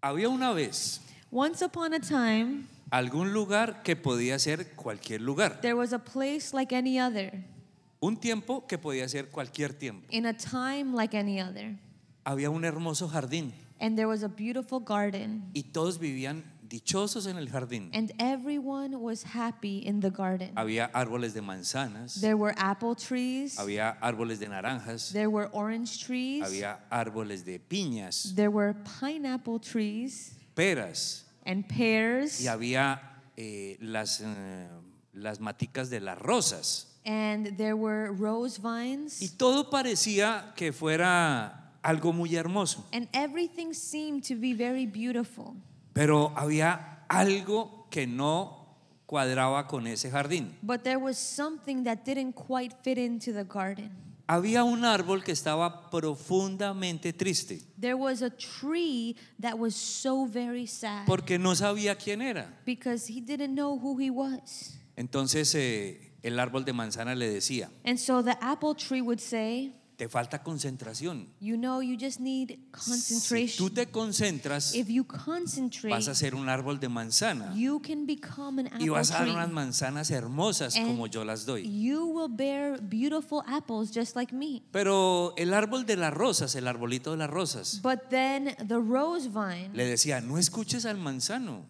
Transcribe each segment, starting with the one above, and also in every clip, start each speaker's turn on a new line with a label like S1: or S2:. S1: Había una vez
S2: Once upon a time,
S1: algún lugar que podía ser cualquier lugar,
S2: there was a place like any other,
S1: un tiempo que podía ser cualquier tiempo.
S2: in a time like any other.
S1: Había un hermoso jardín
S2: And there was a beautiful garden,
S1: y todos vivían dichosos en el jardín.
S2: and everyone was happy in the garden.
S1: Había árboles de manzanas,
S2: There were apple trees,
S1: había árboles de naranjas,
S2: there were orange trees,
S1: había árboles de piñas,
S2: there were pineapple trees,
S1: peras
S2: and pears,
S1: y había eh, las, eh, las maticas de las rosas.
S2: and there were rose
S1: Y
S2: vines,
S1: todo parecía que fuera algo muy hermoso,
S2: and everything seemed to be very beautiful.
S1: pero había algo que no cuadraba con ese jardín.
S2: But there was something that didn't quite fit into the garden.
S1: Había un árbol que estaba profundamente triste
S2: There was a tree that was so very sad
S1: porque no sabía quién era.
S2: because he didn't know who he was.
S1: Entonces eh, el árbol de manzana le decía,
S2: And so the apple tree would say,
S1: te falta concentración.
S2: You know, you just need
S1: Si tú
S2: concentration.
S1: te concentras,
S2: If you
S1: vas a
S2: concentrate,
S1: ser un árbol de manzana
S2: you can become an
S1: y
S2: apple
S1: vas a dar unas
S2: tree.
S1: manzanas hermosas
S2: And
S1: como yo las doy.
S2: You will bear beautiful apples just like me.
S1: Pero el árbol de las rosas, el arbolito de las rosas,
S2: But then the rose vine
S1: le decía, no escuches al manzano,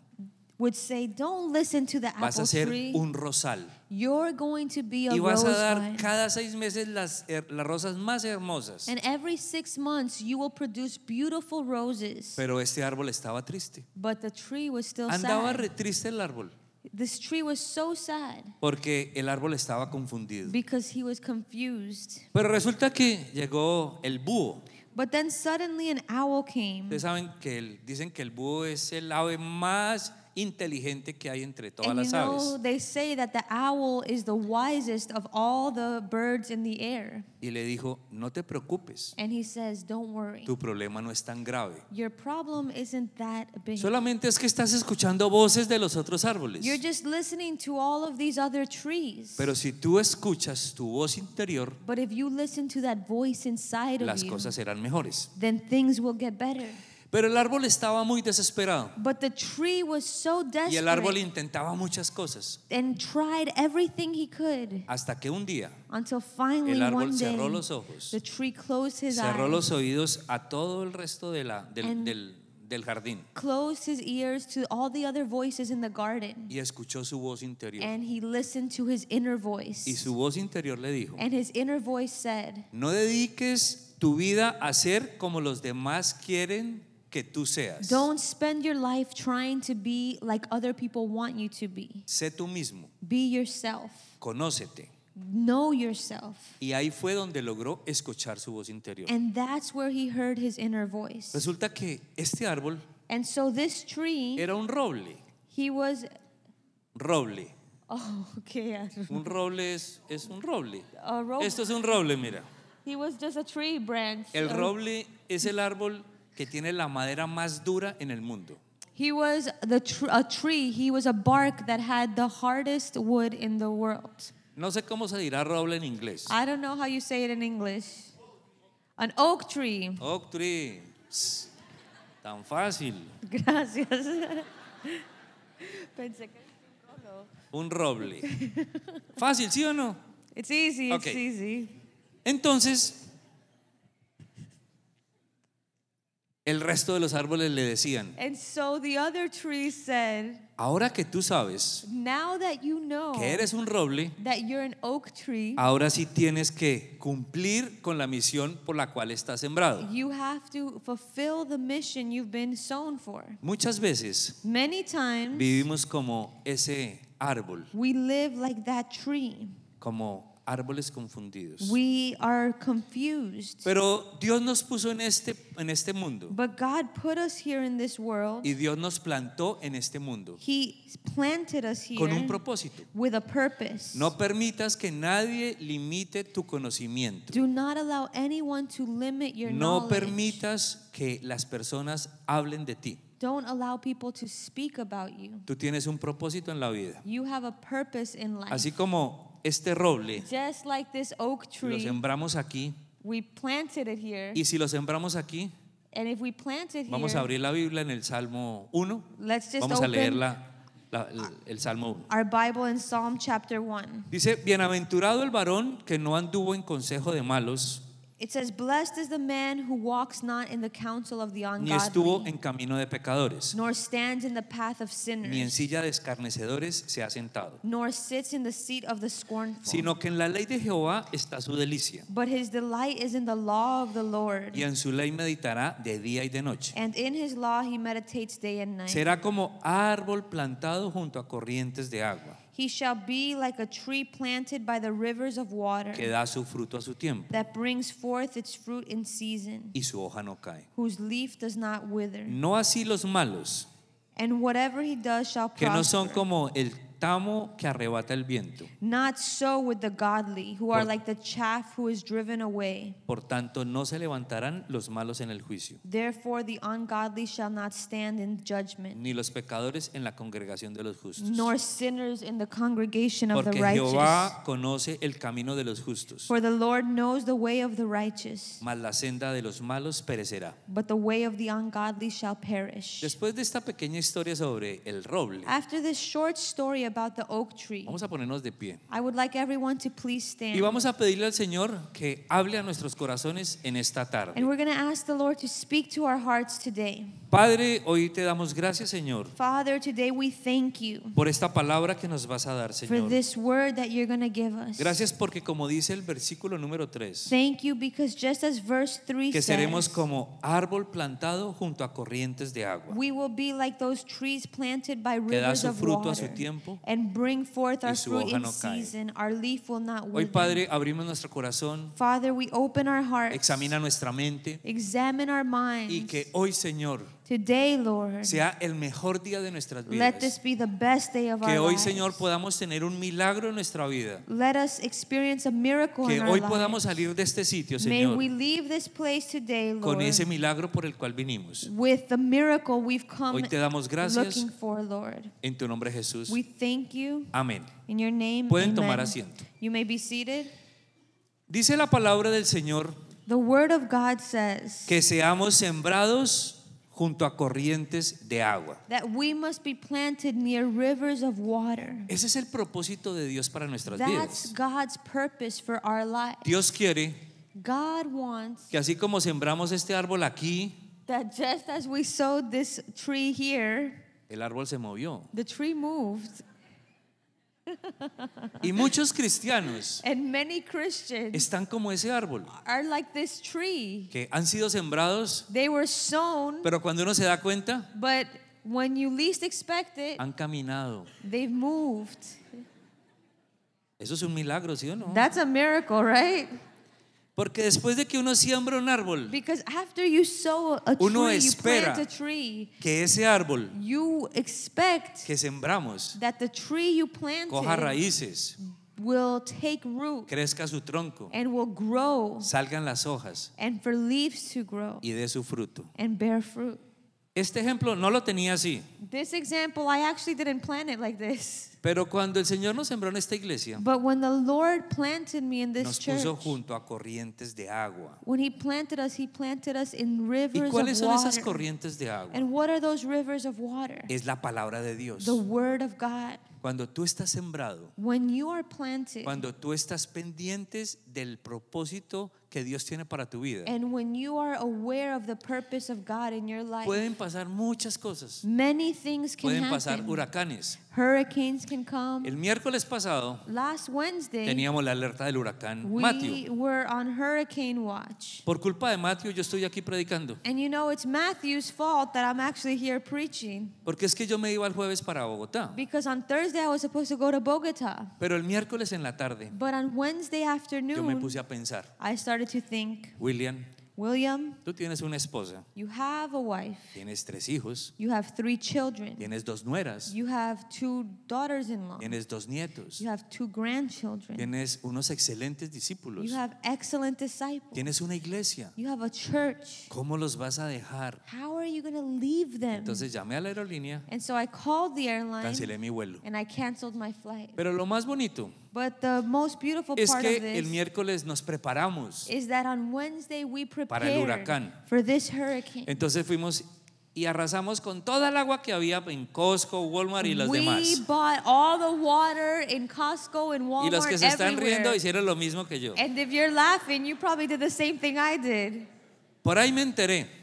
S2: would say, Don't listen to the
S1: vas a
S2: apple
S1: ser
S2: tree.
S1: un rosal.
S2: You're going to be a
S1: Y vas
S2: rose
S1: a dar
S2: vine.
S1: cada seis meses las, her- las rosas más hermosas.
S2: And every six months you will produce beautiful roses.
S1: Pero este árbol estaba triste.
S2: But the tree was still
S1: Andaba
S2: sad.
S1: re triste el árbol,
S2: This tree was so sad
S1: porque el árbol estaba confundido.
S2: because he was confused.
S1: Pero resulta que llegó el búho.
S2: But then suddenly an owl came.
S1: Ustedes saben que el- dicen que el búho es el ave más inteligente que hay entre todas
S2: And you
S1: las
S2: know,
S1: aves.
S2: they say that the owl is the wisest of all the birds in the air.
S1: Y le dijo, no te preocupes,
S2: And he says, Don't worry.
S1: tu problema no es tan grave.
S2: Your problem isn't that big.
S1: Solamente es que estás escuchando voces de los otros árboles.
S2: You're just listening to all of these other trees.
S1: Pero si tú escuchas tu voz interior,
S2: but if you listen to that voice inside of
S1: las
S2: you,
S1: cosas serán mejores.
S2: then things will get better.
S1: Pero el árbol estaba muy desesperado
S2: But the tree was so
S1: y el árbol
S2: desperate
S1: intentaba muchas cosas
S2: and tried everything he could
S1: hasta que un día
S2: until finally
S1: El árbol
S2: one day
S1: cerró los ojos.
S2: the tree closed his
S1: cerró
S2: eyes,
S1: los oídos a todo el resto de la, del,
S2: And-
S1: del- del jardín
S2: closed his ears to all the other voices in the garden,
S1: y escuchó su voz interior.
S2: and he listened to his inner
S1: Y
S2: voice.
S1: su voz interior le dijo,
S2: And his inner voice said,
S1: no dediques tu vida a ser como los demás quieren que tú seas.
S2: Don't spend your life trying to be like other people want you to be.
S1: Sé tú mismo,
S2: Be yourself.
S1: conócete.
S2: Know yourself.
S1: Y ahí fue donde logró escuchar su voz interior.
S2: And that's where he heard his inner voice.
S1: Resulta que este árbol
S2: And so this tree,
S1: era un roble.
S2: he was
S1: Roble.
S2: Oh, okay. yeah.
S1: Un roble es, es un roble.
S2: A roble.
S1: Esto es un roble, mira.
S2: He was just a tree branch.
S1: El
S2: Uh,
S1: roble es el árbol que tiene la madera más dura en el mundo.
S2: He was the tr- a tree. He was a bark that had the hardest wood in the world.
S1: No sé cómo se dirá roble en inglés.
S2: I don't know how you say it in English. An oak tree.
S1: Oak tree. Ps, Tan fácil.
S2: Gracias. Pensé que-
S1: Un roble. Fácil, ¿sí o no?
S2: It's easy. It's
S1: Okay.
S2: easy.
S1: Entonces, el resto de los árboles le decían,
S2: And so the other tree said,
S1: ahora que tú sabes
S2: "Now that you know
S1: que eres Ah. un roble,
S2: that you're an oak tree,
S1: ahora sí tienes que cumplir con la misión por la cual estás sembrado.
S2: you have to fulfill the mission you've been sown for."
S1: Muchas veces
S2: Many times
S1: vivimos como ese árbol,
S2: We live like that tree.
S1: como árboles confundidos.
S2: We are confused.
S1: Pero Dios nos puso en este, en este mundo
S2: But God put us here in this world.
S1: y Dios nos plantó en este mundo
S2: He planted us
S1: con un
S2: here
S1: propósito.
S2: with a purpose.
S1: No permitas que nadie limite tu conocimiento.
S2: Do not allow anyone to limit your
S1: No
S2: knowledge.
S1: permitas que las personas hablen de ti.
S2: Don't allow people to speak about you.
S1: Tú tienes un propósito en la vida.
S2: You have a purpose in life.
S1: Así como este roble
S2: Just like this oak
S1: lo
S2: tree,
S1: sembramos aquí
S2: we planted it here.
S1: y si lo sembramos aquí,
S2: And if we plant it
S1: Vamos a
S2: here,
S1: abrir la Biblia en el Salmo 1.
S2: Let's just
S1: Vamos a
S2: open-
S1: leer la- la- la- el Salmo 1.
S2: our Bible in Psalm chapter 1,
S1: Dice, bienaventurado el varón que no anduvo en consejo de malos,
S2: it says, Blessed is the man who walks not in the counsel of the
S1: ni estuvo
S2: ungodly,
S1: en camino de pecadores,
S2: nor stands in the path of
S1: ni en
S2: sinners,
S1: silla de escarnecedores se ha sentado,
S2: nor sits in the seat of the scornful.
S1: sino que en la ley de Jehová está su delicia,
S2: But his delight is in the law of the Lord,
S1: y en su ley meditará de día y de noche.
S2: and in his law he meditates day and night.
S1: Será como árbol plantado junto a corrientes de agua,
S2: He shall be like a tree planted by the rivers of water
S1: que da su fruto a su tiempo,
S2: that brings forth its fruit in season,
S1: y su hoja no cae.
S2: whose leaf does not wither.
S1: No así los malos,
S2: And whatever he does shall
S1: que
S2: prosper.
S1: no son como el tamo que arrebata el viento.
S2: Not so with the godly, who are
S1: Por-
S2: like the chaff who is driven away.
S1: Por tanto, no se levantarán los malos en el juicio,
S2: Therefore, the ungodly shall not stand in judgment,
S1: ni los pecadores en la congregación de los justos.
S2: nor sinners in the congregation of the
S1: Porque
S2: righteous.
S1: Jehová conoce el camino de los justos,
S2: For the Lord knows the way of the righteous,
S1: mas la senda de los malos perecerá.
S2: but the way of the ungodly shall perish.
S1: Después de esta pequeña historia sobre el roble,
S2: After this short story about the oak tree,
S1: vamos a ponernos de pie.
S2: I would like everyone to please stand.
S1: Y vamos a pedirle al Señor que hable a nuestros corazones en esta
S2: and
S1: tarde.
S2: we're going to ask the Lord to speak to our hearts today.
S1: Padre, hoy te damos gracias, Señor,
S2: Father, today we thank you
S1: por esta palabra que nos vas a dar,
S2: for
S1: Señor.
S2: this word that you're going to give us.
S1: Gracias porque como dice el versículo número 3,
S2: Thank you because just as verse 3
S1: que seremos
S2: says,
S1: como árbol plantado junto a corrientes de agua,
S2: we will be like those trees planted by
S1: que da
S2: rivers
S1: su
S2: of
S1: fruto a su
S2: water
S1: tiempo.
S2: and bring forth
S1: y
S2: our
S1: su
S2: fruit
S1: hoja
S2: in
S1: no cae.
S2: season. Our leaf will not
S1: Hoy,
S2: wither.
S1: Padre, abrimos nuestro corazón,
S2: Father, we open our hearts,
S1: examina nuestra mente
S2: examine our minds.
S1: y que hoy, Señor,
S2: today, Lord,
S1: sea el mejor día de nuestras
S2: let this
S1: vidas.
S2: be the best day of
S1: Que
S2: our
S1: hoy,
S2: lives.
S1: Señor, podamos tener un milagro en nuestra vida.
S2: Let us experience a miracle
S1: Que
S2: in our
S1: hoy
S2: lives.
S1: podamos salir de este sitio,
S2: May
S1: Señor,
S2: we leave this place today, Lord,
S1: con ese milagro por el cual vinimos.
S2: with the miracle we've come
S1: Hoy te damos gracias
S2: looking for, Lord.
S1: en tu nombre, Jesús.
S2: We thank you
S1: Amén.
S2: in your name.
S1: Pueden tomar
S2: amen.
S1: asiento.
S2: You may be seated.
S1: Dice la palabra del Señor
S2: The word of God says
S1: que seamos sembrados junto a corrientes de agua.
S2: that we must be planted near rivers of water.
S1: Ese es el propósito de Dios para nuestras
S2: That's
S1: vidas.
S2: God's purpose for our life.
S1: Dios quiere
S2: God wants
S1: que así como sembramos este árbol aquí,
S2: that just as we sowed this tree here,
S1: el árbol se movió.
S2: the tree moved.
S1: Y muchos cristianos
S2: And many Christians
S1: están como ese árbol,
S2: are like this tree.
S1: que han sido sembrados,
S2: They were sown,
S1: pero cuando uno se da cuenta,
S2: but when you least expect it,
S1: han caminado.
S2: they've moved.
S1: Eso es un milagro, ¿sí o no?
S2: That's a miracle, right?
S1: Porque después de que uno siembra un árbol,
S2: Because after you sow a tree,
S1: Uno
S2: you
S1: espera.
S2: plant a tree,
S1: que ese árbol
S2: you expect
S1: que sembramos
S2: that the tree you planted
S1: coja raíces,
S2: will take root
S1: crezca su tronco,
S2: and will grow
S1: salgan las hojas
S2: and for leaves to grow
S1: y dé su fruto.
S2: and bear fruit.
S1: Este ejemplo no lo tenía así,
S2: This example, I actually didn't plan it like this.
S1: pero cuando el Señor nos sembró en esta iglesia,
S2: But when the Lord planted me in this
S1: nos puso
S2: church,
S1: junto a corrientes de agua.
S2: when He planted us, He planted us in
S1: ¿Y
S2: rivers
S1: cuáles
S2: of
S1: son esas
S2: water.
S1: corrientes de agua?
S2: And what are those rivers of water?
S1: Es la palabra de Dios.
S2: The Word of God.
S1: Cuando tú estás sembrado,
S2: When you are planted,
S1: cuando tú estás pendientes del propósito que Dios tiene para tu vida,
S2: And when you are aware of the purpose of God in your life,
S1: pueden pasar muchas cosas.
S2: many things can
S1: Pueden pasar
S2: happen. Um,
S1: huracanes.
S2: Hurricanes can come.
S1: El miércoles pasado
S2: Last Wednesday,
S1: teníamos la alerta del huracán
S2: we
S1: Matthew.
S2: were on hurricane watch.
S1: Por culpa de Matthew yo estoy aquí predicando,
S2: And you know, it's Matthew's fault that I'm actually here preaching
S1: porque es que yo me iba el jueves para Bogotá,
S2: because on Thursday I was supposed to go to Bogota.
S1: pero el miércoles en la tarde
S2: But on Wednesday
S1: yo me
S2: afternoon,
S1: puse a pensar,
S2: I started to think,
S1: William,
S2: William,
S1: tú tienes una esposa,
S2: you have a wife,
S1: tienes tres hijos,
S2: you have three children,
S1: tienes dos nueras,
S2: you have two daughters in law,
S1: tienes dos nietos,
S2: you have two grandchildren.
S1: tienes unos excelentes discípulos.
S2: You have excellent disciples.
S1: Tienes una iglesia.
S2: You have a church.
S1: ¿Cómo los vas a dejar?
S2: How are you going to leave them?
S1: Entonces llamé a la aerolínea,
S2: And so I called the airline
S1: cancelé mi vuelo.
S2: and I canceled my flight.
S1: Pero lo más bonito
S2: But the most beautiful
S1: Es
S2: part
S1: que
S2: of
S1: el
S2: this Eh,
S1: miércoles nos preparamos.
S2: is that on Wednesday we
S1: Para el
S2: prepared
S1: huracán.
S2: for this hurricane.
S1: Entonces fuimos y arrasamos con toda el agua que había en Costco, Walmart y los
S2: we
S1: demás.
S2: bought all the water in Costco and Walmart
S1: Y los que se están riendo
S2: everywhere. Eh,
S1: hicieron lo mismo que yo.
S2: And if you're laughing, you probably did the same thing I did.
S1: Por ahí me enteré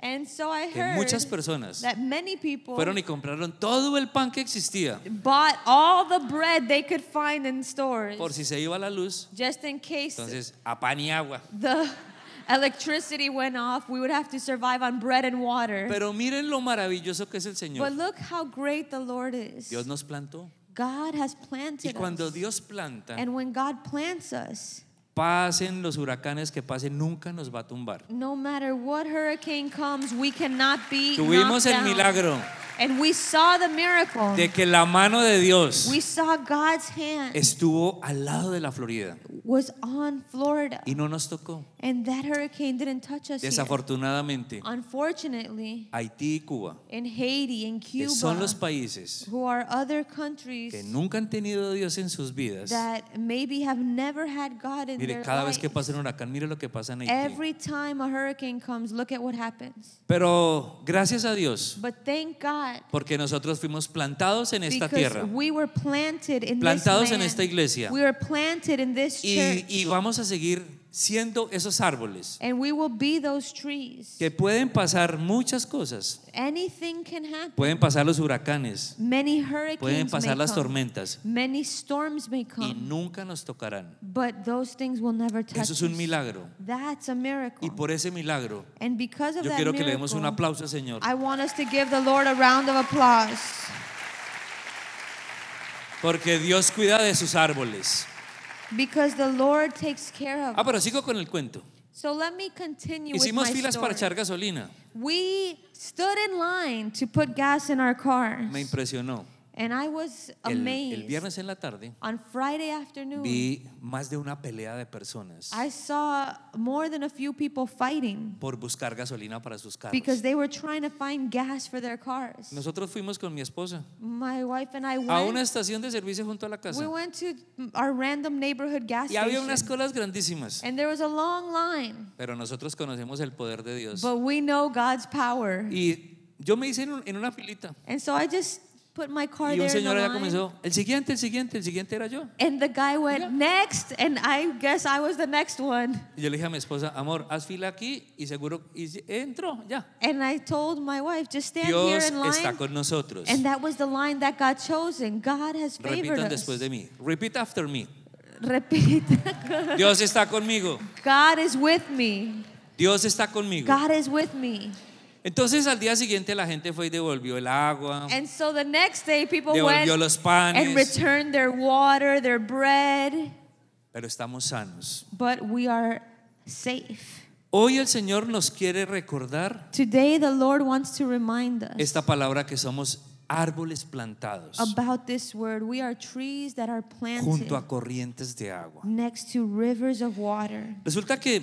S2: And so I
S1: que
S2: heard
S1: muchas personas
S2: that many people
S1: fueron y compraron todo el pan que existía
S2: bought all the bread they could find in stores
S1: por si se iba la luz.
S2: just in case
S1: Entonces, a pan y agua.
S2: the electricity went off. We would have to survive on bread and water.
S1: Pero miren lo maravilloso que es el
S2: but
S1: Señor.
S2: look how great the Lord is.
S1: Dios nos plantó.
S2: God has
S1: Y
S2: planted
S1: cuando
S2: us.
S1: Dios planta,
S2: And when God plants us,
S1: pasen los huracanes que pasen, nunca nos va a tumbar.
S2: no matter what hurricane comes, we cannot be
S1: Tuvimos
S2: knocked
S1: el
S2: down.
S1: milagro
S2: And we saw the miracle.
S1: de que la mano de Dios
S2: we saw God's hand
S1: estuvo al lado de la Florida
S2: was on Florida.
S1: y no nos tocó.
S2: And that hurricane didn't touch us. here.
S1: Desafortunadamente,
S2: Unfortunately,
S1: Haití y Cuba,
S2: in Haiti, in
S1: que
S2: Cuba,
S1: son los países
S2: who are other countries
S1: que nunca han tenido a Dios en sus vidas,
S2: that maybe have never had God in
S1: mire,
S2: their
S1: cada vez
S2: life.
S1: que pasa un huracán, mire lo que pasa en Haití.
S2: Every time a hurricane comes, look at what happens.
S1: Pero gracias a Dios,
S2: But thank God,
S1: porque nosotros fuimos plantados en esta
S2: because
S1: tierra
S2: we were planted in
S1: Plantados
S2: this
S1: en
S2: land.
S1: esta iglesia.
S2: We were planted in this
S1: y,
S2: church.
S1: y vamos a seguir siendo esos árboles
S2: and we will be those trees.
S1: que pueden pasar muchas cosas.
S2: Anything can happen.
S1: Pueden pasar los huracanes,
S2: Many hurricanes
S1: pueden pasar
S2: may
S1: las
S2: come.
S1: tormentas
S2: Many storms may
S1: y
S2: come,
S1: nunca nos tocarán.
S2: but those things will never touch
S1: Eso es un
S2: us.
S1: milagro.
S2: That's a miracle.
S1: Y por ese milagro,
S2: and because of
S1: yo
S2: that
S1: quiero que le demos
S2: miracle,
S1: un aplauso, Señor.
S2: I want us to give the Lord a round of applause
S1: Porque Dios cuida de sus árboles.
S2: because the Lord takes care of
S1: Ah,
S2: us.
S1: pero sigo con el cuento.
S2: So let me continue
S1: Hicimos
S2: with my
S1: filas para
S2: story.
S1: echar gasolina.
S2: We stood in line to put gas in our cars,
S1: Me impresionó.
S2: and I was
S1: El,
S2: amazed.
S1: el viernes en la tarde
S2: On Friday afternoon,
S1: vi más de una pelea de personas
S2: I saw more than a few people fighting.
S1: por buscar gasolina para sus carros.
S2: because they were trying to find gas for their cars.
S1: Nosotros fuimos con mi esposa
S2: My wife and I
S1: a una
S2: went.
S1: estación de servicio junto a la
S2: We
S1: casa
S2: went to our random neighborhood gas
S1: y había unas
S2: station,
S1: colas grandísimas.
S2: and there was a long line.
S1: Pero nosotros conocemos el poder de Dios.
S2: But we know God's power,
S1: Y yo me hice en, un- en una filita
S2: and so I just put my car
S1: y
S2: there
S1: un
S2: in the
S1: señor allá
S2: line.
S1: comenzó, el siguiente, el siguiente, el siguiente era yo.
S2: And the guy went next, and I guess I was the next one.
S1: Y yo le dije a mi esposa, amor, haz fila aquí y seguro y si- entró, ya.
S2: And I told my wife, just stand here
S1: Dios
S2: in line.
S1: está con nosotros.
S2: and that was the line that got chosen. God has favored
S1: Repitan
S2: us.
S1: después de mí. Repeat after me.
S2: Repita.
S1: Dios está conmigo.
S2: God is with me.
S1: Dios está conmigo.
S2: God is with me.
S1: Entonces al día siguiente la gente fue y devolvió el agua,
S2: And so the next day, people
S1: devolvió
S2: went
S1: los
S2: and
S1: panes,
S2: returned their water, their bread,
S1: pero estamos sanos.
S2: but we are safe.
S1: Hoy el Señor nos quiere recordar
S2: Today, the Lord wants to remind us
S1: esta palabra que somos árboles plantados
S2: about this word. We are trees that are planted
S1: junto a corrientes de agua.
S2: next to rivers of water.
S1: Resulta que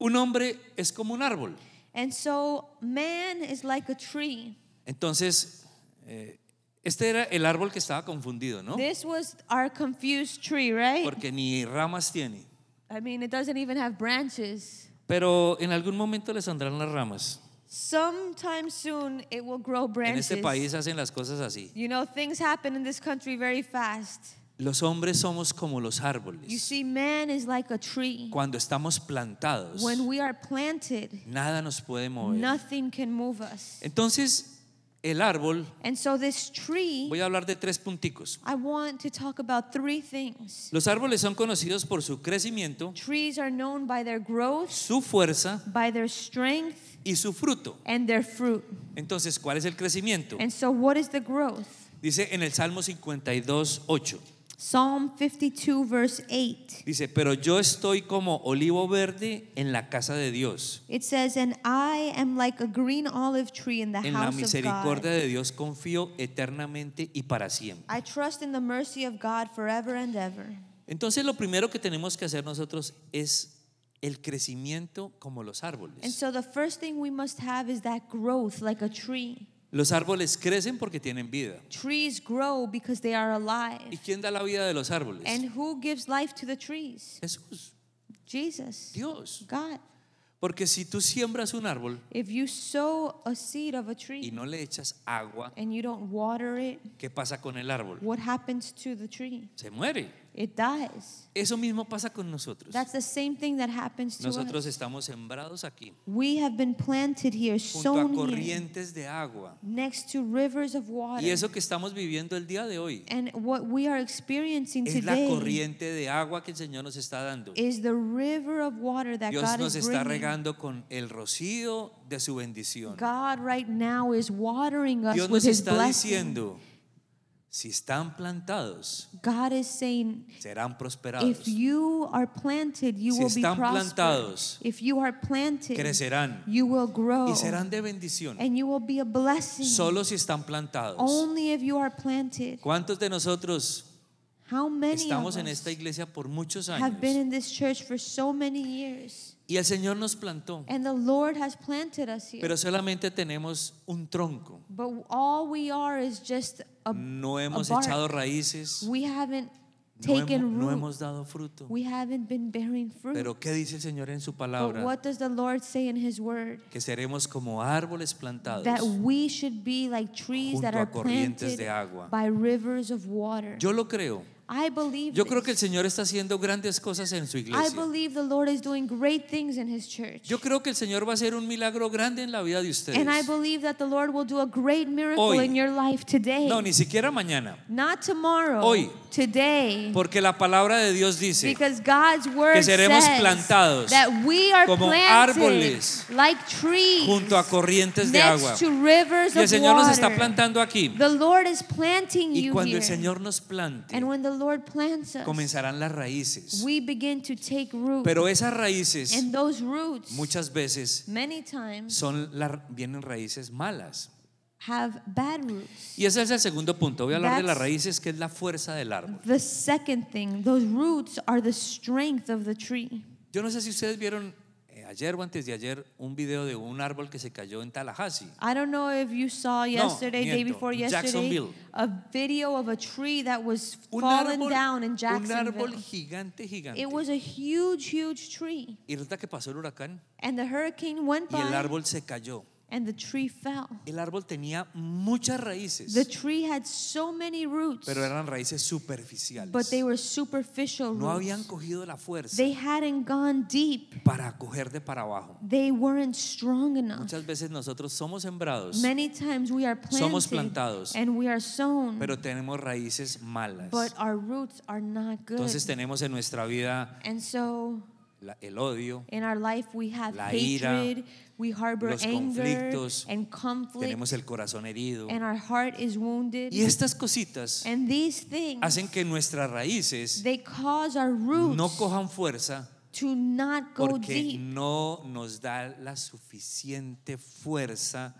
S1: un hombre es como un árbol.
S2: And so, man is like a tree.
S1: Entonces, eh, este era el árbol que estaba confundido, ¿no?
S2: This was our confused tree, right?
S1: Porque ni ramas tiene.
S2: I mean, it doesn't even have branches.
S1: Pero en algún momento le saldrán las ramas.
S2: Sometime soon, it will grow
S1: En
S2: branches.
S1: este país hacen las cosas así.
S2: You know, things happen in this country very fast.
S1: Los hombres somos como los
S2: You
S1: árboles.
S2: see, man is like a tree.
S1: Cuando estamos plantados,
S2: When we are planted,
S1: nada nos puede mover.
S2: nothing can move us.
S1: Entonces, el árbol,
S2: And so, this tree,
S1: voy a hablar de tres punticos.
S2: I want to talk about three things.
S1: Los árboles son conocidos por su crecimiento,
S2: Trees are known by their growth,
S1: su fuerza
S2: by their strength,
S1: y su fruto.
S2: and their fruit.
S1: Entonces, ¿cuál es el crecimiento?
S2: And so, what is the growth?
S1: Dice en el Salmo 52, 8.
S2: Psalm 52, verse 8.
S1: Dice, pero yo estoy como olivo verde en la casa de Dios.
S2: It says, And I am like a green olive tree in the
S1: En la
S2: house of
S1: misericordia
S2: God.
S1: de Dios confío eternamente y para siempre.
S2: I trust in the mercy of God forever and ever.
S1: Entonces lo primero que tenemos que hacer nosotros es el crecimiento como los
S2: And
S1: árboles.
S2: so the first thing we must have is that growth like a tree.
S1: Los árboles crecen porque tienen vida.
S2: Trees grow because they are alive.
S1: ¿Y quién da la vida de los árboles?
S2: And who gives life to the trees?
S1: Jesús,
S2: Jesus.
S1: Dios.
S2: God.
S1: Porque si tú siembras un árbol
S2: If you sow a seed of a
S1: y
S2: tree
S1: no le echas agua,
S2: and you don't water it,
S1: ¿qué pasa con el árbol?
S2: what happens to the tree?
S1: Se muere.
S2: It dies.
S1: Eso mismo pasa con nosotros.
S2: That's the same thing that happens to us.
S1: Nosotros estamos sembrados aquí,
S2: We have been planted here,
S1: junto a
S2: sown here,
S1: corrientes de agua.
S2: next to rivers of water.
S1: Y eso que estamos viviendo el día de hoy
S2: and what we are experiencing
S1: es la
S2: today
S1: corriente de agua que el Señor nos está dando.
S2: is the river of water that
S1: Dios
S2: God
S1: nos
S2: is
S1: está
S2: bringing.
S1: regando con el rocío de su bendición.
S2: God right now is watering us
S1: Dios
S2: with
S1: nos
S2: His
S1: está
S2: blessing.
S1: diciendo, si están plantados,
S2: God is saying,
S1: serán prosperados,
S2: if you are planted, you
S1: Si
S2: will be
S1: están
S2: prospered.
S1: plantados,
S2: if you are planted,
S1: crecerán
S2: you will grow,
S1: y serán de bendición.
S2: and you will be a blessing.
S1: Solo si están plantados.
S2: Only if you are planted.
S1: ¿Cuántos de nosotros
S2: How many of
S1: estamos
S2: us
S1: en esta iglesia por muchos
S2: have been
S1: años?
S2: in this church for so many years,
S1: Y el Señor nos plantó,
S2: and the Lord has planted us here.
S1: pero solamente tenemos un tronco.
S2: but all we are is just a.
S1: No hemos
S2: bark.
S1: echado raíces,
S2: We haven't
S1: no hemo-
S2: taken
S1: no
S2: root.
S1: hemos dado fruto.
S2: we haven't been bearing fruit.
S1: Pero ¿qué dice el Señor en su
S2: But
S1: palabra?
S2: what does the Lord say in His Word?
S1: Que seremos como árboles plantados.
S2: That we should be like trees that
S1: Junto a
S2: are
S1: corrientes
S2: planted
S1: de agua.
S2: by rivers of water.
S1: Yo lo creo.
S2: I believe.
S1: Yo creo que el
S2: this.
S1: Señor está haciendo grandes cosas en su
S2: I
S1: iglesia.
S2: believe the Lord is doing great things in His church.
S1: Yo creo que el Señor va a hacer un milagro grande en la vida de
S2: and I
S1: ustedes.
S2: believe that the Lord will do a great miracle
S1: Hoy.
S2: in your life today.
S1: No, ni siquiera mañana.
S2: Not tomorrow.
S1: Hoy.
S2: Today.
S1: Porque la palabra de Dios dice,
S2: Because God's word
S1: seremos
S2: says
S1: plantados
S2: that we are
S1: como
S2: planted
S1: árboles
S2: like trees
S1: junto a corrientes de
S2: next
S1: agua.
S2: to rivers
S1: Y el
S2: of
S1: Señor nos está
S2: water.
S1: plantando aquí.
S2: The Lord is planting
S1: Y
S2: you
S1: cuando
S2: here.
S1: el Señor nos plante,
S2: and when the Lord plants us,
S1: comenzarán las raíces.
S2: we begin to take root.
S1: Pero esas raíces
S2: and those roots,
S1: muchas veces
S2: many times,
S1: son la- vienen raíces malas.
S2: have bad roots.
S1: Y ese es el segundo punto. Voy a hablar de las
S2: That's-
S1: raíces, que es la fuerza del árbol.
S2: The second thing, those roots are the strength of the tree.
S1: Yo no sé si ustedes vieron eh, ayer o antes de ayer un video de un árbol que se cayó en Tallahassee.
S2: I don't know if you saw yesterday, day
S1: miento,
S2: before yesterday,
S1: Jacksonville.
S2: a video of a tree that was
S1: Un
S2: fallen
S1: árbol,
S2: down in
S1: un
S2: Jacksonville.
S1: árbol gigante, gigante.
S2: It was a huge, huge tree,
S1: y resulta que pasó el huracán
S2: and the hurricane went
S1: y el
S2: by,
S1: árbol se cayó.
S2: and the tree fell.
S1: El árbol tenía muchas
S2: The
S1: raíces,
S2: tree had so many roots,
S1: pero eran raíces superficiales.
S2: but they were superficial
S1: no habían
S2: roots.
S1: cogido la fuerza
S2: They hadn't gone deep.
S1: para coger de para abajo.
S2: They weren't strong enough.
S1: Muchas veces nosotros somos sembrados,
S2: Many times we are
S1: Somos
S2: planted
S1: plantados.
S2: and we are sown,
S1: pero tenemos raíces malas.
S2: but our roots are not good.
S1: Entonces tenemos en nuestra vida
S2: And so
S1: la- el odio,
S2: In our life, we have
S1: La ira,
S2: hatred, we harbor
S1: los
S2: anger
S1: conflictos,
S2: and conflict,
S1: tenemos el corazón herido.
S2: and our heart is wounded.
S1: Y estas cositas
S2: And these things,
S1: hacen que nuestras raíces
S2: they cause our roots
S1: no cojan fuerza
S2: to not go
S1: porque
S2: deep
S1: no nos da la suficiente fuerza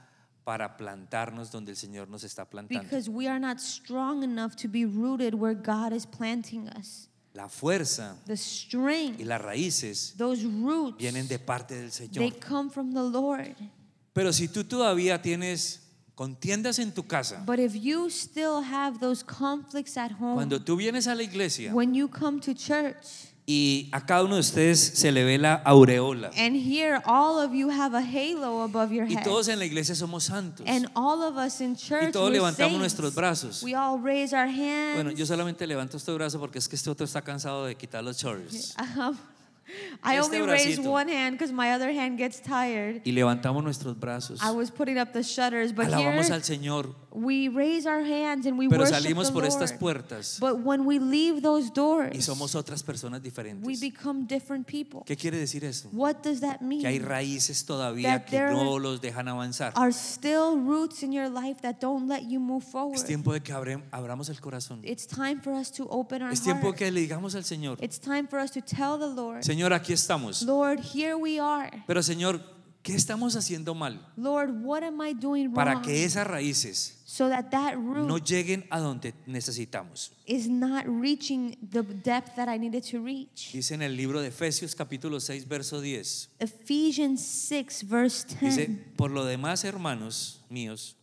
S1: para plantarnos donde el Señor nos está plantando.
S2: because we are not strong enough to be rooted where God is planting us.
S1: La fuerza
S2: The
S1: y
S2: strength,
S1: las raíces
S2: those roots,
S1: vienen de parte del
S2: they
S1: Señor.
S2: come from the Lord.
S1: Pero si tú todavía tienes contiendas en tu casa,
S2: But if you still have those conflicts at home,
S1: cuando tú vienes a la iglesia
S2: when you come to church,
S1: y a cada uno de ustedes se le ve la aureola
S2: And here, all of you have a halo above your
S1: y
S2: head.
S1: todos en la iglesia somos santos
S2: And all of us in church,
S1: y todos
S2: we're
S1: levantamos
S2: saints.
S1: nuestros brazos.
S2: we all raise our
S1: Bueno,
S2: hands.
S1: yo solamente levanto este brazo porque es que este otro está cansado de quitar los shorts.
S2: Um, I
S1: Este
S2: only raise
S1: bracito.
S2: one hand because my other hand gets tired.
S1: Y levantamos nuestros brazos.
S2: I was putting up the shutters, but
S1: Alabamos
S2: here
S1: al Señor,
S2: we raise our hands and we
S1: pero
S2: worship
S1: salimos
S2: the
S1: por estas
S2: Lord.
S1: puertas
S2: But when we leave those
S1: y
S2: doors,
S1: somos otras personas
S2: we
S1: diferentes.
S2: become different people.
S1: ¿Qué quiere decir eso?
S2: What does that mean?
S1: Que hay raíces todavía
S2: That
S1: que
S2: there
S1: no los dejan avanzar.
S2: Are still roots in your life that don't let you move forward?
S1: Es tiempo de que abre- abramos el corazón.
S2: It's time for us to open our
S1: Es tiempo
S2: heart.
S1: que le digamos al Señor,
S2: It's time for us to tell the Lord,
S1: Señor, aquí estamos.
S2: Lord, here we are.
S1: Pero Señor, ¿qué estamos haciendo mal
S2: Lord, what am I doing
S1: para
S2: wrong?
S1: que esas raíces
S2: so that that root
S1: no lleguen a donde necesitamos?
S2: is not reaching the depth that I needed to reach.
S1: Dice en el libro de Efesios capítulo 6, verso 10.
S2: Ephesians 6, verse 10.
S1: Dice, por lo demás, hermanos míos,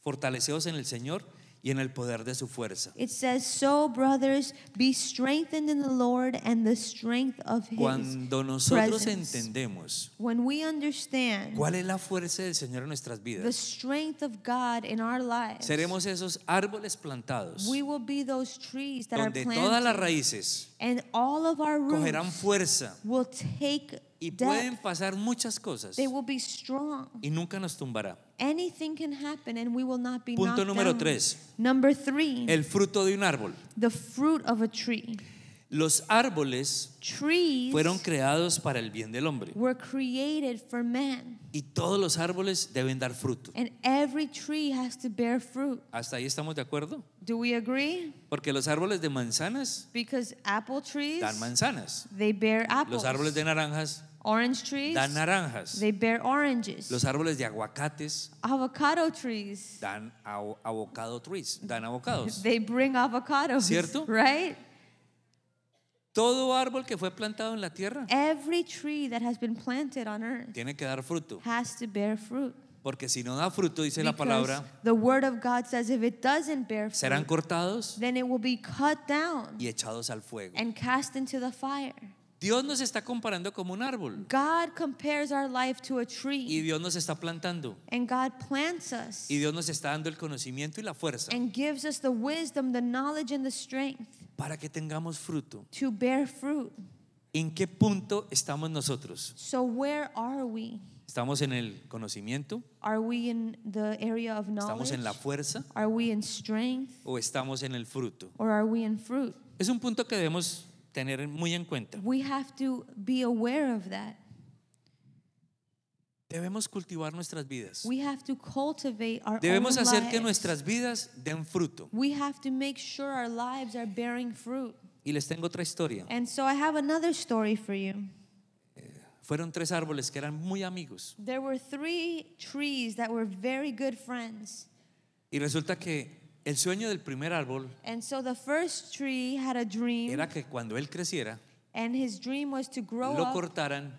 S1: fortaleceos en el Señor y en el poder de su fuerza.
S2: It says, So, brothers, be strengthened in the Lord and the strength of his
S1: Cuando nosotros
S2: presence.
S1: entendemos
S2: When we understand
S1: cuál es la fuerza del Señor en nuestras
S2: the
S1: vidas,
S2: strength of God in our lives,
S1: seremos esos árboles plantados
S2: we will be those trees that are
S1: donde todas las
S2: planted,
S1: raíces
S2: and all of our
S1: cogerán
S2: roots
S1: fuerza
S2: will take
S1: y pueden
S2: depth.
S1: pasar muchas cosas
S2: They will be strong.
S1: y nunca nos tumbará.
S2: Anything can happen, and we will not be
S1: Punto
S2: knocked
S1: número
S2: down.
S1: tres.
S2: Number three,
S1: El fruto de un árbol.
S2: the fruit of a tree.
S1: Los árboles
S2: Trees
S1: fueron creados para el bien del hombre
S2: were created for man,
S1: y todos los árboles deben dar fruto.
S2: and every tree has to bear fruit.
S1: ¿Hasta ahí estamos de acuerdo?
S2: Do we agree?
S1: Porque los árboles de manzanas
S2: Because apple trees,
S1: dan manzanas.
S2: they bear apples.
S1: Los árboles de naranjas
S2: Orange trees,
S1: dan naranjas.
S2: they bear oranges.
S1: Los árboles de aguacates
S2: Avocado trees,
S1: dan avo- avocado trees, dan avocados.
S2: they bring avocados.
S1: ¿Cierto?
S2: Right?
S1: Todo árbol que fue plantado en la tierra
S2: Every tree that has been planted on earth
S1: tiene que dar fruto,
S2: has to bear fruit.
S1: porque si no da fruto, dice la
S2: Because
S1: palabra,
S2: the word of God says if it doesn't bear fruit,
S1: serán cortados
S2: then it will be cut down
S1: y echados al fuego.
S2: and cast into the fire.
S1: Dios nos está comparando como un árbol
S2: God compares our life to a
S1: y
S2: tree,
S1: Dios nos está plantando
S2: and God plants us
S1: y Dios nos está dando el conocimiento y la fuerza
S2: and gives us the wisdom, the knowledge, and the strength
S1: para que tengamos fruto.
S2: to bear fruit.
S1: ¿En qué punto estamos nosotros?
S2: So, where are we?
S1: ¿Estamos en el conocimiento?
S2: Are we in the area of knowledge?
S1: ¿Estamos en la fuerza
S2: Are we in strength
S1: o estamos en el fruto?
S2: or are we in fruit?
S1: Es un punto que debemos tener muy en cuenta.
S2: We have to be aware of that.
S1: Debemos cultivar nuestras vidas.
S2: We have to cultivate our
S1: Debemos
S2: own
S1: hacer que
S2: lives.
S1: nuestras vidas den fruto.
S2: We have to make sure our lives are bearing fruit.
S1: Y les tengo otra historia.
S2: And so I have another story for you.
S1: Fueron tres árboles que eran muy amigos.
S2: There were three trees that were very good friends.
S1: Y resulta que el sueño del primer árbol
S2: And so the first tree had a dream,
S1: era que cuando él creciera,
S2: and his dream was to grow
S1: lo
S2: up Um,
S1: cortaran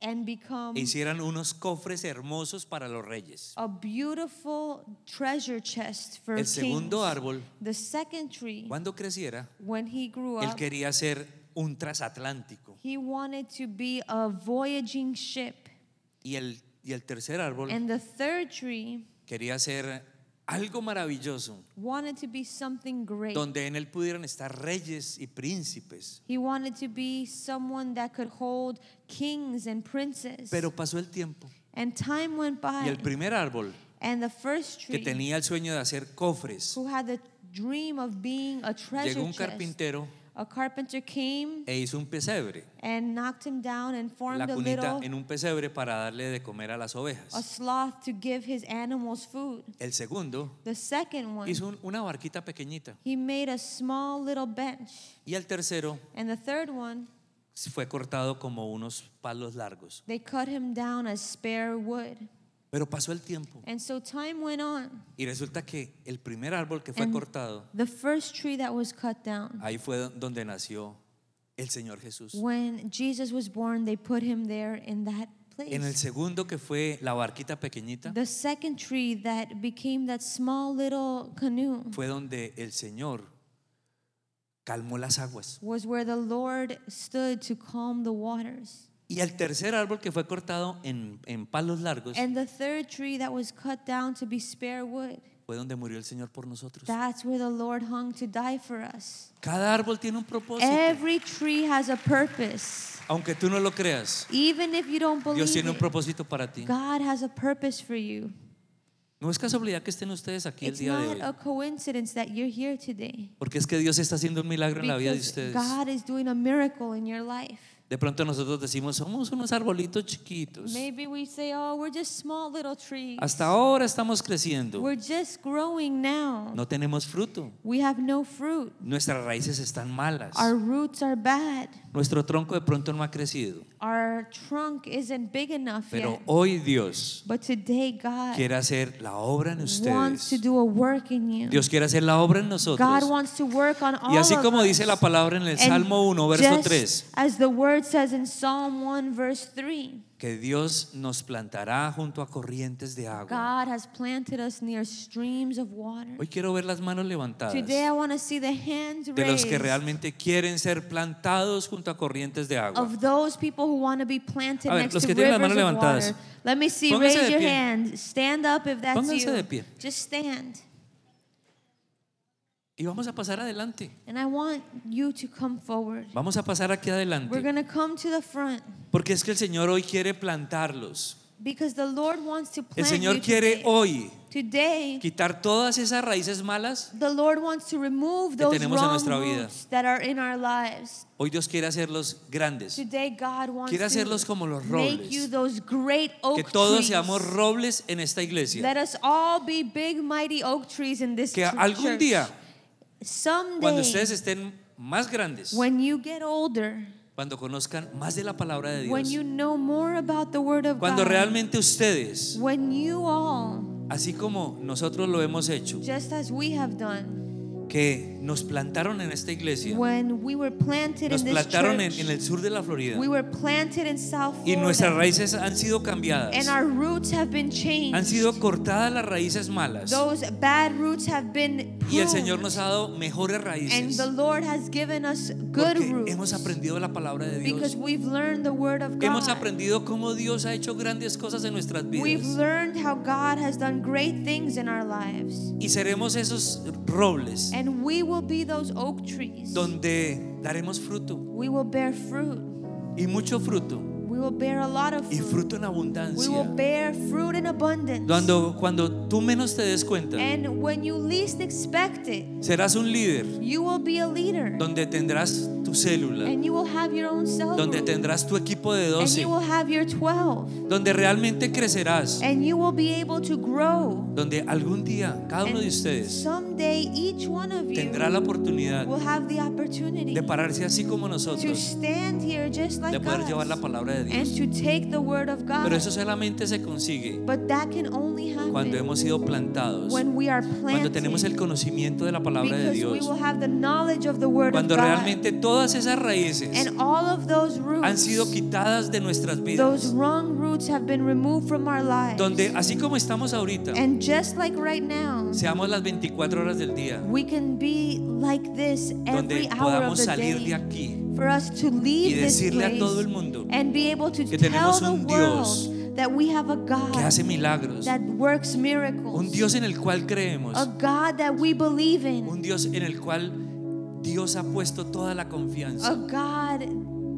S2: and become
S1: e hicieran unos cofres hermosos para los reyes.
S2: a beautiful treasure chest for
S1: El
S2: kings.
S1: segundo árbol,
S2: The second tree,
S1: cuando creciera,
S2: when he grew
S1: él
S2: up,
S1: quería ser un transatlántico.
S2: he wanted to be a voyaging ship.
S1: Y el, y el tercer árbol
S2: And the third tree
S1: quería ser algo maravilloso,
S2: wanted to be something great.
S1: donde en él pudieran estar reyes y príncipes.
S2: He wanted to be someone that could hold kings and princes.
S1: Pero pasó el tiempo.
S2: and time went by.
S1: Y el primer árbol,
S2: and the first
S1: que
S2: tree
S1: tenía el sueño de hacer cofres,
S2: who had the dream of being a treasure
S1: llegó un
S2: chest,
S1: carpintero
S2: a carpenter came
S1: e hizo un pesebre.
S2: and knocked him down and
S1: La
S2: formed a
S1: cunita
S2: little
S1: en un pesebre para darle de comer a las
S2: a
S1: ovejas.
S2: sloth to give his animals food.
S1: El segundo
S2: The second one,
S1: hizo un- una barquita pequeñita.
S2: he made a small little bench.
S1: Y el tercero
S2: And the third one,
S1: fue cortado como unos palos largos.
S2: they cut him down as spare wood.
S1: Pero pasó el tiempo.
S2: And so time went on.
S1: Y resulta que el primer árbol que fue
S2: And-
S1: cortado,
S2: The first tree that was cut down,
S1: ahí fue donde nació el Señor Jesús.
S2: when Jesus was born, they put him there in that
S1: En el
S2: place.
S1: segundo que fue la barquita pequeñita,
S2: The second tree that became that small little canoe
S1: fue donde el Señor calmó las aguas.
S2: was where the Lord stood to calm the waters.
S1: Y el tercer árbol que fue cortado en, en palos largos
S2: And the third tree that was cut down to be spare wood,
S1: fue donde murió el Señor por nosotros.
S2: that's where the Lord hung to die for us.
S1: Cada árbol tiene un propósito.
S2: Every tree has a purpose.
S1: Aunque tú no lo creas,
S2: Even if you don't believe
S1: Dios tiene un
S2: it,
S1: propósito para ti.
S2: God has a purpose for you.
S1: No es casualidad que estén ustedes aquí el
S2: It's
S1: día de
S2: not
S1: hoy.
S2: a coincidence that you're here today.
S1: Porque es que Dios está haciendo un milagro en la vida de
S2: Because
S1: ustedes.
S2: God is doing a miracle in your life.
S1: De pronto nosotros decimos, somos unos arbolitos chiquitos.
S2: Maybe we say, oh, we're just small little trees.
S1: Hasta ahora estamos creciendo.
S2: We're just growing now.
S1: No tenemos fruto.
S2: We have no fruit.
S1: Nuestras raíces están malas.
S2: Our roots are bad.
S1: Nuestro tronco de pronto no ha crecido.
S2: Our trunk isn't big enough
S1: Pero
S2: yet.
S1: hoy Dios
S2: But today, God
S1: quiere hacer la obra en
S2: wants to
S1: ustedes.
S2: do a work in you.
S1: Dios quiere hacer la obra en
S2: God
S1: nosotros.
S2: wants to work on all
S1: Y así
S2: of
S1: como
S2: us.
S1: dice la palabra en el
S2: And
S1: Salmo 1, verso
S2: just
S1: 3,
S2: As the word says in Psalm 1, verse 3,
S1: que Dios nos plantará junto a corrientes de agua.
S2: God has planted us near streams of water.
S1: Hoy quiero ver las manos levantadas
S2: Today I want to see the hands
S1: de los que
S2: raised
S1: realmente quieren ser plantados junto a corrientes de agua.
S2: of those people who want to be planted
S1: A ver,
S2: next
S1: los
S2: to
S1: que tienen las
S2: rivers
S1: manos
S2: of
S1: levantadas.
S2: water. Let me see.
S1: Pónganse de
S2: Raise your
S1: pie.
S2: hand. Stand up if that's
S1: Pónganse
S2: you.
S1: de pie.
S2: Just stand.
S1: Y vamos a pasar adelante.
S2: And I want you to come forward.
S1: Vamos a pasar aquí
S2: We're
S1: adelante.
S2: going to come to the front
S1: Porque es que el Señor hoy quiere plantarlos.
S2: because the Lord wants to
S1: El
S2: plant
S1: Señor
S2: you
S1: quiere
S2: today.
S1: hoy
S2: Today,
S1: quitar todas esas raíces malas.
S2: the Lord wants to remove
S1: que
S2: those
S1: tenemos en
S2: wrong
S1: nuestra vida.
S2: roots that are in our lives.
S1: Hoy Dios quiere hacerlos grandes.
S2: Today God wants
S1: Quiere hacerlos
S2: to
S1: como los
S2: make
S1: robles.
S2: you those great oak
S1: Que todos
S2: trees.
S1: seamos robles en esta
S2: Let
S1: iglesia.
S2: us all be big mighty oak trees in this
S1: Que
S2: church.
S1: algún día,
S2: Someday,
S1: cuando ustedes estén más grandes,
S2: when you get older,
S1: cuando conozcan más de la palabra de
S2: when
S1: Dios,
S2: you know more about the Word of
S1: cuando
S2: God,
S1: realmente ustedes,
S2: when you all,
S1: así como nosotros lo hemos hecho,
S2: just as we have done,
S1: que nos plantaron en esta iglesia,
S2: when we were planted
S1: nos
S2: in this
S1: plantaron en,
S2: church,
S1: en el sur de la Florida
S2: we were planted in South
S1: y
S2: Florida,
S1: nuestras raíces han sido
S2: and
S1: cambiadas,
S2: our roots have been changed.
S1: han sido cortadas las raíces malas
S2: Those bad roots have been pruned,
S1: y el Señor nos ha dado mejores
S2: and
S1: raíces
S2: the Lord has given us good
S1: porque
S2: roots
S1: hemos aprendido la palabra de
S2: because
S1: Dios,
S2: we've learned the Word of God.
S1: hemos aprendido cómo Dios ha hecho grandes cosas en nuestras
S2: We've
S1: vidas
S2: learned how God has done great things in our lives.
S1: y seremos esos robles
S2: And we will be those oak trees.
S1: donde daremos fruto
S2: We will bear fruit.
S1: y mucho fruto
S2: We will bear a lot of
S1: y
S2: fruit.
S1: fruto en
S2: We will
S1: abundancia.
S2: bear fruit in abundance.
S1: Cuando, cuando tú menos te des cuenta,
S2: And when you least expect it,
S1: serás un líder
S2: you will be a leader.
S1: donde tendrás tu célula,
S2: And you will have your own cell
S1: donde
S2: group.
S1: tendrás tu equipo de
S2: And you
S1: 12,
S2: will have your 12.
S1: donde realmente crecerás,
S2: And you will be able to grow.
S1: donde algún día cada uno de
S2: And
S1: ustedes
S2: someday each one of you
S1: tendrá la oportunidad
S2: will have the opportunity
S1: de pararse así como
S2: to
S1: nosotros,
S2: stand here just like
S1: de poder
S2: us.
S1: llevar la palabra de
S2: and
S1: Dios.
S2: to take the word of God.
S1: Pero eso solamente se consigue
S2: but that can only happen
S1: cuando hemos sido plantados,
S2: when we are
S1: cuando
S2: planted.
S1: tenemos el conocimiento de la palabra de
S2: because we
S1: Dios,
S2: will have the knowledge of the word
S1: cuando
S2: of God.
S1: realmente todas esas raíces
S2: and all of those
S1: han
S2: roots,
S1: sido quitadas de nuestras
S2: those
S1: vidas,
S2: wrong roots have been removed from our lives.
S1: donde así como estamos ahorita,
S2: and just like right now,
S1: seamos las 24 horas del día,
S2: we can be like this
S1: donde
S2: every hour of
S1: podamos
S2: the
S1: salir
S2: day
S1: de aquí
S2: for us to leave
S1: y
S2: this
S1: decirle a
S2: place
S1: todo el mundo
S2: and be able to
S1: que
S2: tell
S1: tenemos
S2: the
S1: un
S2: world
S1: Dios
S2: that we have a God
S1: que hace milagros,
S2: that Oh, works miracles.
S1: un Dios en el cual creemos,
S2: a God that we believe in,
S1: un Dios en el cual Dios ha puesto toda la
S2: a
S1: confianza.
S2: God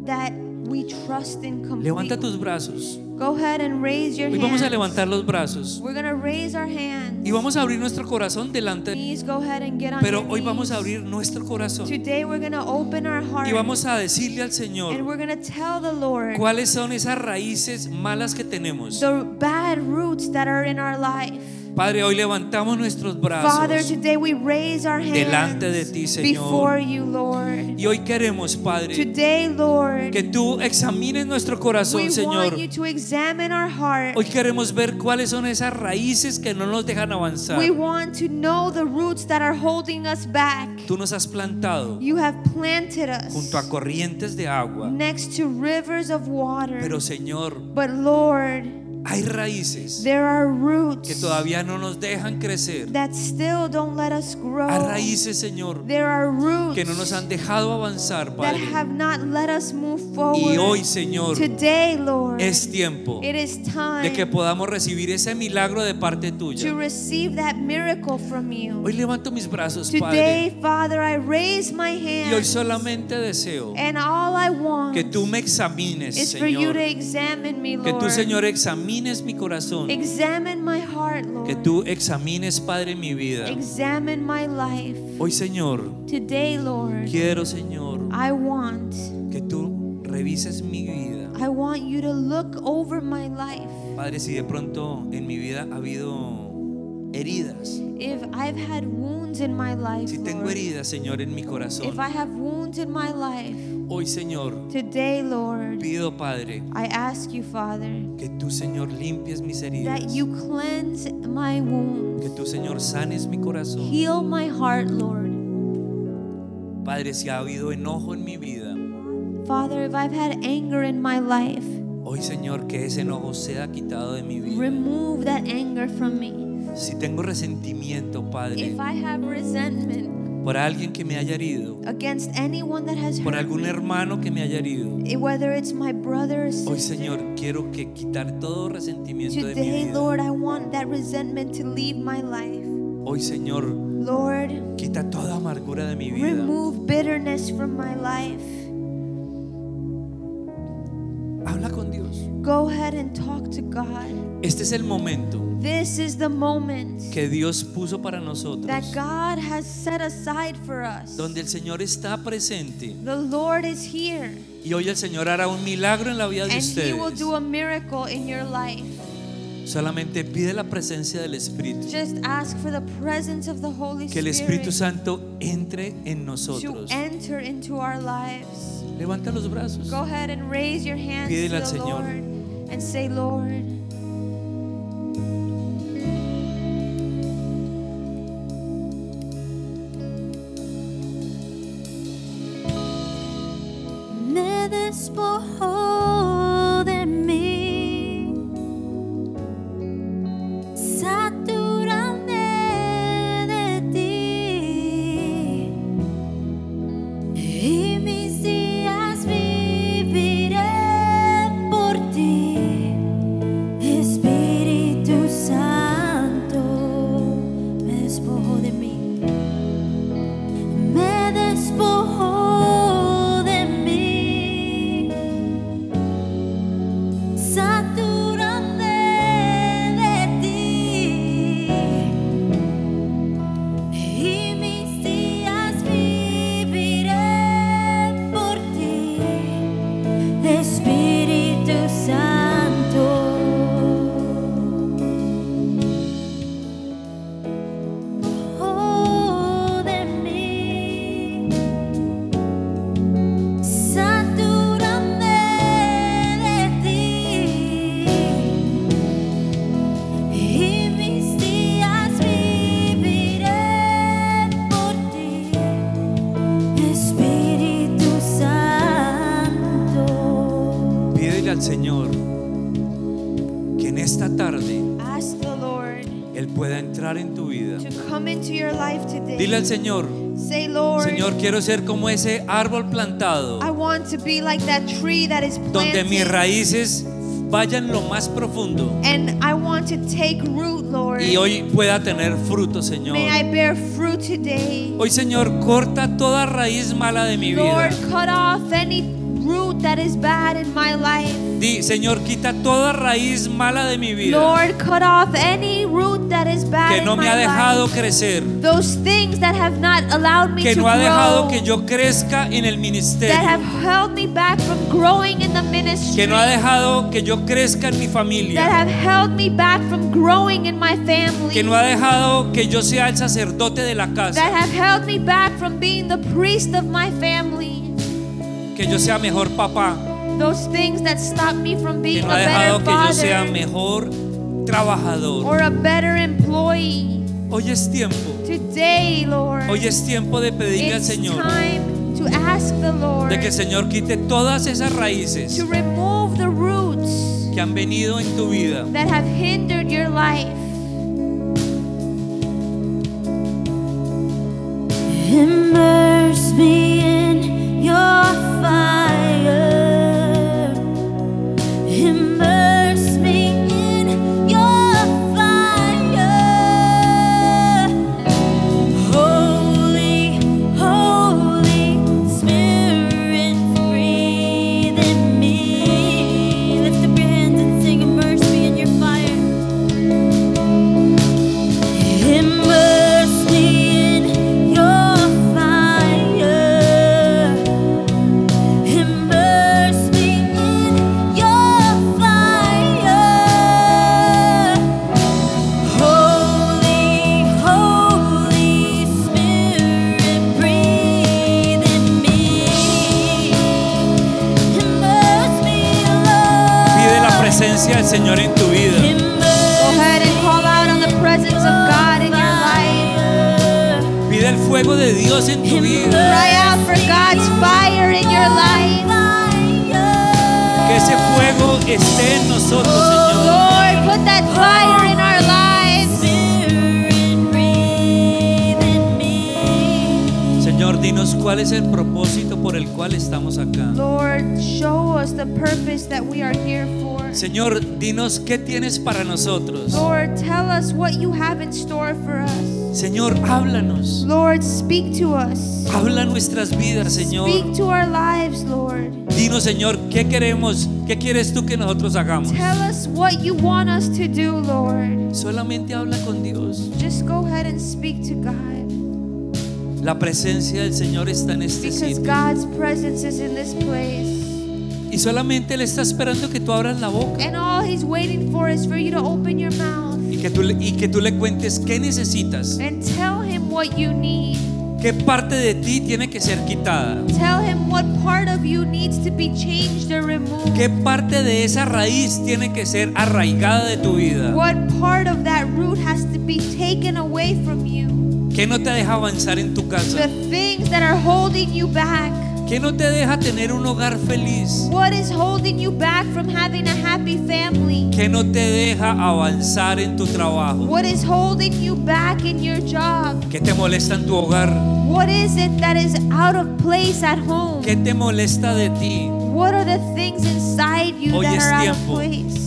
S2: that we trust in
S1: Levanta
S2: completely.
S1: tus brazos.
S2: Go ahead and raise your
S1: Hoy vamos a
S2: hands.
S1: levantar los brazos
S2: We're going to raise our hands.
S1: y vamos a abrir nuestro corazón delante,
S2: Please go ahead and get on
S1: pero
S2: your
S1: hoy vamos a
S2: knees.
S1: abrir nuestro corazón
S2: Today we're going to open our heart
S1: y vamos a decirle al Señor
S2: and we're going to tell the Lord
S1: cuáles son esas raíces malas que tenemos.
S2: the bad roots that are in our life.
S1: Padre, hoy levantamos nuestros
S2: Father,
S1: brazos
S2: today we raise our hands
S1: delante de ti,
S2: before
S1: Señor.
S2: you, Lord.
S1: Y hoy queremos, Padre,
S2: Today, Lord,
S1: que tú examines nuestro
S2: we
S1: corazón, Señor.
S2: want you to examine our heart.
S1: Hoy queremos ver cuáles son esas raíces que no nos dejan avanzar.
S2: We want to know the roots that are holding us back.
S1: Tú nos has plantado
S2: You have planted us
S1: junto a corrientes de agua.
S2: next to rivers of water.
S1: Pero, Señor,
S2: but Lord,
S1: hay raíces
S2: there are
S1: que
S2: roots
S1: todavía no nos dejan crecer.
S2: that still don't let us grow.
S1: Hay raíces, Señor,
S2: there are roots
S1: que no nos han dejado avanzar,
S2: that
S1: Padre.
S2: have not let us move forward.
S1: Y hoy, Señor,
S2: Today, Lord,
S1: es tiempo
S2: it is time
S1: de que podamos recibir ese milagro de parte
S2: to
S1: tuya.
S2: receive that miracle from you.
S1: Hoy levanto mis brazos, Padre,
S2: Today, Father, I raise my
S1: y hoy
S2: hands,
S1: solamente deseo
S2: and all I want
S1: que tú me examines,
S2: is for you
S1: Señor.
S2: to examine me,
S1: Que
S2: Lord.
S1: tú, Señor, examines mi corazón.
S2: Examine my heart, Lord.
S1: Que tú examines, Padre, mi vida.
S2: Examine my life.
S1: Hoy, Señor,
S2: Today, Lord,
S1: quiero, Señor,
S2: I want,
S1: que tú revises mi vida.
S2: I want you to look over my life.
S1: Padre, si de pronto en mi vida ha habido heridas,
S2: If I've had wounds in my life,
S1: si tengo
S2: Lord,
S1: heridas, Señor, en mi corazón,
S2: if I have wounds in my life,
S1: hoy, Señor,
S2: today, Lord,
S1: pido, Padre,
S2: I ask you, Father,
S1: que tú, Señor, limpies mis
S2: that
S1: heridas.
S2: you cleanse my
S1: Que
S2: wounds,
S1: tú, Señor, sanes mi corazón.
S2: heal my heart, Lord.
S1: Padre, si ha habido enojo en mi vida,
S2: Father, if I've had anger in my life,
S1: Hoy, Señor, que ese enojo sea quitado de mi vida.
S2: Remove that anger from me.
S1: Si tengo resentimiento, Padre,
S2: If I have resentment
S1: por alguien que me haya herido,
S2: against anyone that has
S1: por
S2: hurt
S1: algún
S2: me,
S1: hermano que me haya herido,
S2: eh, whether it's my brother or
S1: hoy,
S2: sister,
S1: Señor, quiero que quitar todo resentimiento de mi
S2: today,
S1: vida.
S2: Lord, I want that resentment to leave my life.
S1: Hoy, Señor,
S2: Lord,
S1: quita toda amargura de mi vida.
S2: remove bitterness from my life.
S1: Habla con Dios.
S2: Go ahead and talk to God.
S1: Este es el momento
S2: This is the moment
S1: que Dios puso para nosotros,
S2: that God has set aside for us.
S1: donde el Señor está presente.
S2: The Lord is here,
S1: Y hoy el Señor hará un milagro en la vida de
S2: and He will
S1: ustedes.
S2: do a miracle in your life.
S1: Solamente pide la presencia del Espíritu.
S2: Just ask for the presence of the Holy
S1: Que el Espíritu
S2: Spirit
S1: Santo entre en
S2: to
S1: nosotros.
S2: enter into our lives.
S1: Levanta los brazos.
S2: Go ahead and raise your hands
S1: Pídele
S2: to
S1: al
S2: the
S1: Señor.
S2: Lord and say, Lord,
S3: me despojó de mí, satúrame de ti y mis días viviré por ti. Espíritu Santo me despojó de mí. Me despojó de mí, saturante de ti, y mis días viviré por ti, Espíritu Santo. Oh de mí, saturante de ti, y mis días viviré por ti, Espíritu Santo.
S1: Pídele al Señor que en esta tarde
S2: ask the Lord
S1: Él pueda entrar en tu vida.
S2: to come into your life today.
S1: Dile al Señor,
S2: say, Lord,
S1: Señor, quiero ser como ese árbol plantado,
S2: I want to be like that tree that is
S1: donde
S2: planted,
S1: mis raíces vayan lo más profundo
S2: and I want to take root, Lord.
S1: y hoy pueda tener fruto, Señor.
S2: May I bear fruit today.
S1: Hoy, Señor, corta toda raíz mala de mi vida.
S2: Lord, cut off any root that is bad in my life.
S1: Di, Señor, quita toda raíz mala de mi vida
S2: Lord, cut off any root that is bad
S1: que
S2: in
S1: no me
S2: my
S1: ha dejado
S2: life.
S1: crecer,
S2: Those things that have not allowed me
S1: que
S2: to
S1: no ha
S2: grow.
S1: dejado que yo crezca en el
S2: that have
S1: ministerio,
S2: held me back from growing in the ministry,
S1: que no ha dejado que yo crezca en mi
S2: that
S1: familia,
S2: have held me back from growing in my family,
S1: que no ha dejado que yo sea el sacerdote de la
S2: that
S1: casa,
S2: have held me back from being the priest of my family,
S1: que yo sea mejor papá,
S2: those things that stop me from
S1: que
S2: being
S1: no
S2: a
S1: ha dejado
S2: better
S1: que yo sea
S2: father
S1: mejor trabajador.
S2: or a better employee.
S1: Hoy es tiempo,
S2: Today, Lord,
S1: hoy es tiempo de pedirle al
S2: it's
S1: Señor
S2: time to ask the Lord
S1: de que el Señor quite todas esas raíces
S2: to remove the roots
S1: que han venido en tu vida.
S2: that have hindered your life.
S3: Immerse me in your fire. Immerse me in your fire. Holy, holy spirit, breathe in me. Lift up your hands and sing, immerse me in your fire. Immerse me in your fire. Immerse me in your fire. Holy, holy spirit, breathe in me. Immerse me,
S1: Pide la
S3: Lord.
S1: presencia del Señor en tu vida.
S2: Go
S3: Immerse
S2: ahead and call out on the presence of God in your life.
S1: Pide el fuego de Dios en tu vida.
S2: Cry out for God's fire in your life.
S1: Que ese fuego que esté en nosotros, Señor.
S2: Lord, put that fire in our lives.
S3: Spirit, breathe in me.
S1: Señor, dinos cuál es el propósito por el cual estamos acá.
S2: Lord, show us the purpose that we are here for.
S1: Señor, dinos qué tienes para nosotros.
S2: Lord, tell us what you have in store for us.
S1: Señor, háblanos.
S2: Lord, speak to us.
S1: Habla nuestras vidas, Señor.
S2: Speak to our lives, Lord.
S1: Dinos, Señor, qué queremos, qué quieres tú que nosotros hagamos.
S2: Tell us what you want us to do, Lord.
S1: Solamente habla con Dios.
S2: Just go ahead and speak to God
S1: La presencia del Señor está en este
S2: because
S1: sitio.
S2: God's presence is in this place.
S1: Y solamente Él está esperando que tú abras la boca
S2: And all He's waiting for is for you to open your mouth
S1: y que tú, le- y que tú le cuentes qué necesitas,
S2: and tell Him what you need.
S1: qué parte de ti tiene que ser quitada,
S2: Tell Him what part of you needs to be changed or removed.
S1: qué parte de esa raíz tiene que ser arraigada de tu vida,
S2: What part of that root has to be taken away from you?
S1: qué no te deja avanzar en tu
S2: The
S1: casa,
S2: things that are holding you back.
S1: qué no te deja tener un hogar feliz,
S2: What is holding you back from having a happy family?
S1: qué no te deja avanzar en tu trabajo,
S2: What is holding you back in your job?
S1: qué te molesta en tu hogar,
S2: What is it that is out of place at home?
S1: qué te molesta de ti,
S2: What are the things inside you
S1: Hoy
S2: that
S1: es
S2: are out of
S1: tiempo.
S2: place?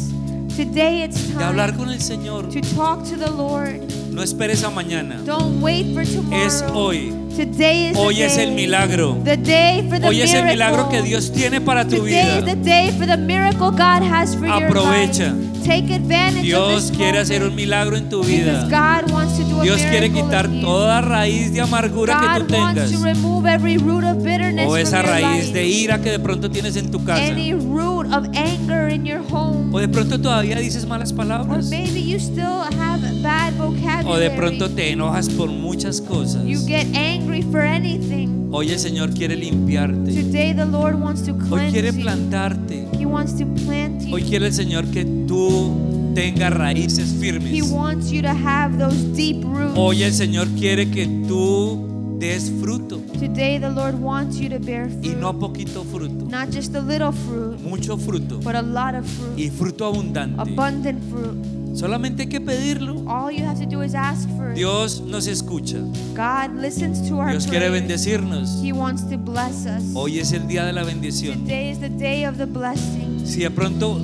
S2: Today it's
S1: de hablar
S2: time
S1: con el Señor.
S2: to talk to the Lord.
S1: No esperes a mañana,
S2: Don't wait for tomorrow.
S1: es hoy.
S2: Today is
S1: Hoy
S2: the
S1: es
S2: day.
S1: el milagro.
S2: The day for the
S1: Hoy es el milagro que
S2: miracle.
S1: Dios tiene para tu
S2: Today
S1: vida.
S2: is the day for the miracle God has for
S1: Aprovecha.
S2: your life. Take advantage
S1: Dios
S2: of this
S1: quiere
S2: moment
S1: hacer un milagro en tu
S2: because
S1: vida.
S2: God wants to do a
S1: Dios quiere
S2: miracle
S1: quitar
S2: in you.
S1: toda raíz de amargura que tú
S2: God wants
S1: tengas
S2: to remove every root of bitterness
S1: o esa
S2: from your
S1: raíz
S2: life.
S1: de ira que de pronto tienes en tu casa
S2: Any root of anger in your home.
S1: o de pronto todavía dices malas
S2: Or
S1: palabras
S2: maybe you still have bad vocabulary.
S1: o de pronto te enojas por muchas cosas.
S2: you get angry for anything.
S1: Hoy el Señor quiere limpiarte.
S2: Today the Lord wants to
S1: Hoy
S2: cleanse
S1: quiere
S2: you.
S1: plantarte.
S2: He wants to plant you.
S1: Hoy quiere el Señor que tú tengas raíces
S2: He
S1: firmes.
S2: wants you to have those deep roots.
S1: Hoy el Señor quiere que tú des fruto
S2: Today the Lord wants you to bear fruit.
S1: y no poquito fruto,
S2: Not just a little fruit,
S1: mucho fruto
S2: but a lot of fruit.
S1: y fruto abundante.
S2: Abundant fruit.
S1: Solamente hay que pedirlo.
S2: All you have to do is ask for it.
S1: Dios nos escucha.
S2: God listens to our
S1: Dios quiere
S2: prayers.
S1: bendecirnos.
S2: He wants to bless us.
S1: Hoy es el día de la bendición.
S2: Today is the day of the blessing.
S1: Si de pronto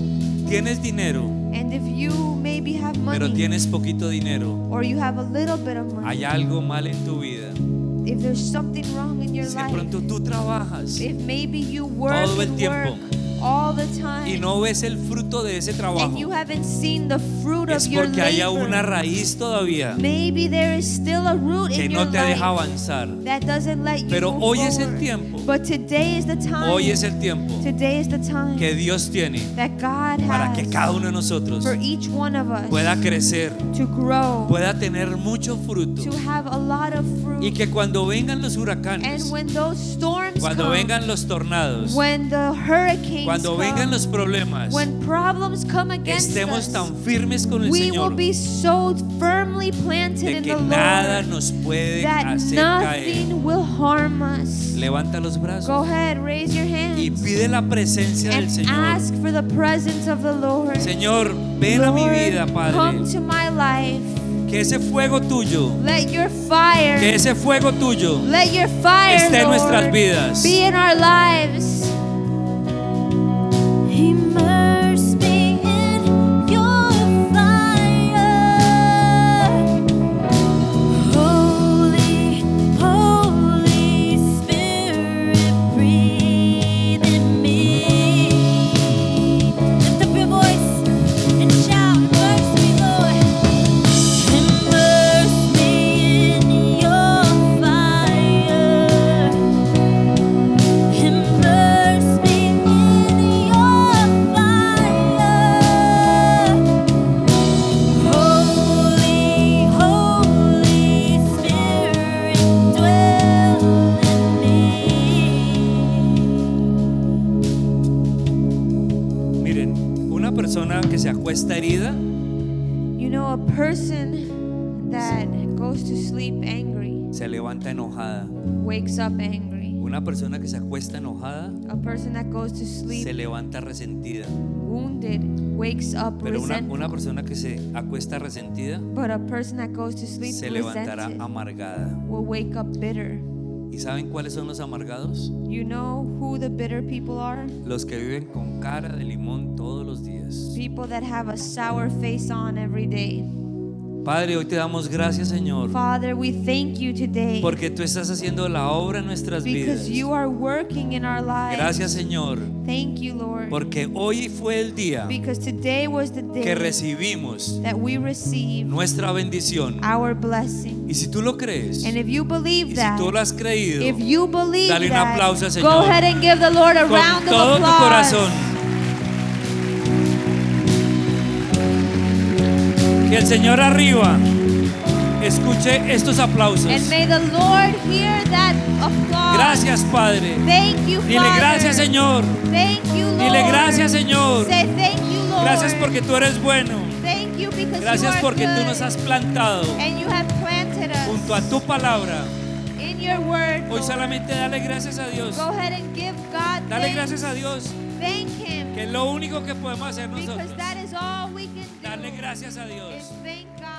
S1: tienes dinero,
S2: And if you maybe have
S1: pero
S2: money
S1: tienes poquito dinero,
S2: or you have a little bit of money,
S1: hay algo mal en tu vida.
S2: if there's something wrong in your
S1: Si de
S2: life,
S1: pronto tú trabajas
S2: if maybe you work
S1: Todo el
S2: and
S1: tiempo.
S2: work all the time
S1: y no ves el fruto de ese
S2: and you
S1: trabajo,
S2: haven't seen the fruit
S1: es
S2: of your
S1: porque haya
S2: labor,
S1: una raíz todavía
S2: maybe there is still a root
S1: que
S2: in your
S1: no te
S2: life
S1: deja avanzar.
S2: that doesn't let you
S1: Pero
S2: move
S1: hoy es el
S2: forward.
S1: tiempo.
S2: But today is the time.
S1: Hoy es el tiempo
S2: today is the time
S1: que Dios tiene
S2: that God
S1: para
S2: has
S1: que cada uno de nosotros
S2: for each one of us
S1: pueda crecer,
S2: to grow,
S1: pueda tener mucho fruto
S2: to have a lot of fruit.
S1: y que cuando vengan los
S2: and
S1: huracanes,
S2: when those storms
S1: cuando
S2: come,
S1: vengan los tornados,
S2: when the hurricanes
S1: cuando
S2: come,
S1: vengan los problemas,
S2: when problems come against
S1: estemos
S2: us,
S1: tan firmes con el
S2: we will
S1: Señor
S2: be so firmly planted
S1: de
S2: in
S1: que
S2: the
S1: nada
S2: Lord
S1: nos puede
S2: that
S1: hacer
S2: nothing
S1: caer.
S2: will harm us.
S1: Levanta los
S2: Go
S1: brazos
S2: ahead, raise your
S1: y
S2: hands
S1: pide la presencia del
S2: and
S1: Señor.
S2: ask for the presence of the Lord.
S1: Señor, ven a mi
S2: Lord,
S1: vida,
S2: Come
S1: Padre.
S2: to my life.
S1: Que ese fuego tuyo,
S2: Let your fire.
S1: que ese fuego tuyo
S2: Let your fire
S1: esté en
S2: Lord,
S1: nuestras vidas.
S2: be in our lives.
S3: Immerse me in your fire. Holy, Holy Spirit, breathe in me. Lift up your voice and shout, immerse me, Lord. Immerse me in your fire. Immerse me in your fire. Holy, Holy Spirit, dwell in me.
S1: Miren, una persona que se acuesta herida
S2: You know, a person that goes to sleep angry
S1: se levanta enojada.
S2: wakes up angry.
S1: Una persona que se acuesta enojada
S2: A person that goes to
S1: se
S2: sleep
S1: levanta resentida.
S2: will wounded wakes up
S1: Pero una,
S2: resentful.
S1: una persona que se acuesta resentida
S2: but a person that goes to sleep
S1: se levantará
S2: resented
S1: amargada.
S2: will wake up bitter.
S1: ¿Y saben cuáles son los amargados?
S2: You know who the bitter people are?
S1: Los que viven con cara de limón todos los días.
S2: People that have a sour face on every day.
S1: Padre, hoy te damos gracias, Señor,
S2: Father, we thank you today
S1: porque tú estás haciendo la obra en nuestras vidas.
S2: because you are working in our lives.
S1: Gracias, Señor,
S2: Thank you, Lord.
S1: porque hoy fue el día
S2: because today was the day
S1: que recibimos
S2: that we receive
S1: nuestra bendición.
S2: our blessing.
S1: Y si tú lo crees,
S2: And
S1: y
S2: if you believe
S1: si
S2: that,
S1: tú lo has creído,
S2: if you believe
S1: Dale un
S2: that,
S1: aplauso al
S2: go
S1: Señor.
S2: ahead and give the Lord a
S1: con
S2: round of
S1: todo tu
S2: applause.
S1: corazón. Que el Señor arriba escuche estos aplausos.
S2: And may the Lord hear that applause.
S1: Gracias, Padre.
S2: Thank you,
S1: Dile
S2: Father.
S1: gracias, Señor.
S2: Thank you, Lord.
S1: Dile gracias, Señor.
S2: Say thank you, Lord.
S1: Gracias porque tú eres bueno.
S2: Thank you because
S1: Gracias
S2: you are
S1: porque tú
S2: good.
S1: nos has plantado
S2: And you have planted us
S1: junto a tu palabra.
S2: in your word.
S1: Hoy
S2: Lord.
S1: solamente dale gracias a Dios.
S2: Go ahead and give God
S1: Dale
S2: thanks.
S1: gracias a Dios,
S2: Thank Him
S1: que es lo único que podemos hacer
S2: because
S1: nosotros.
S2: that is all we can do.
S1: Dale gracias a
S2: is
S1: Dios.
S2: thank God.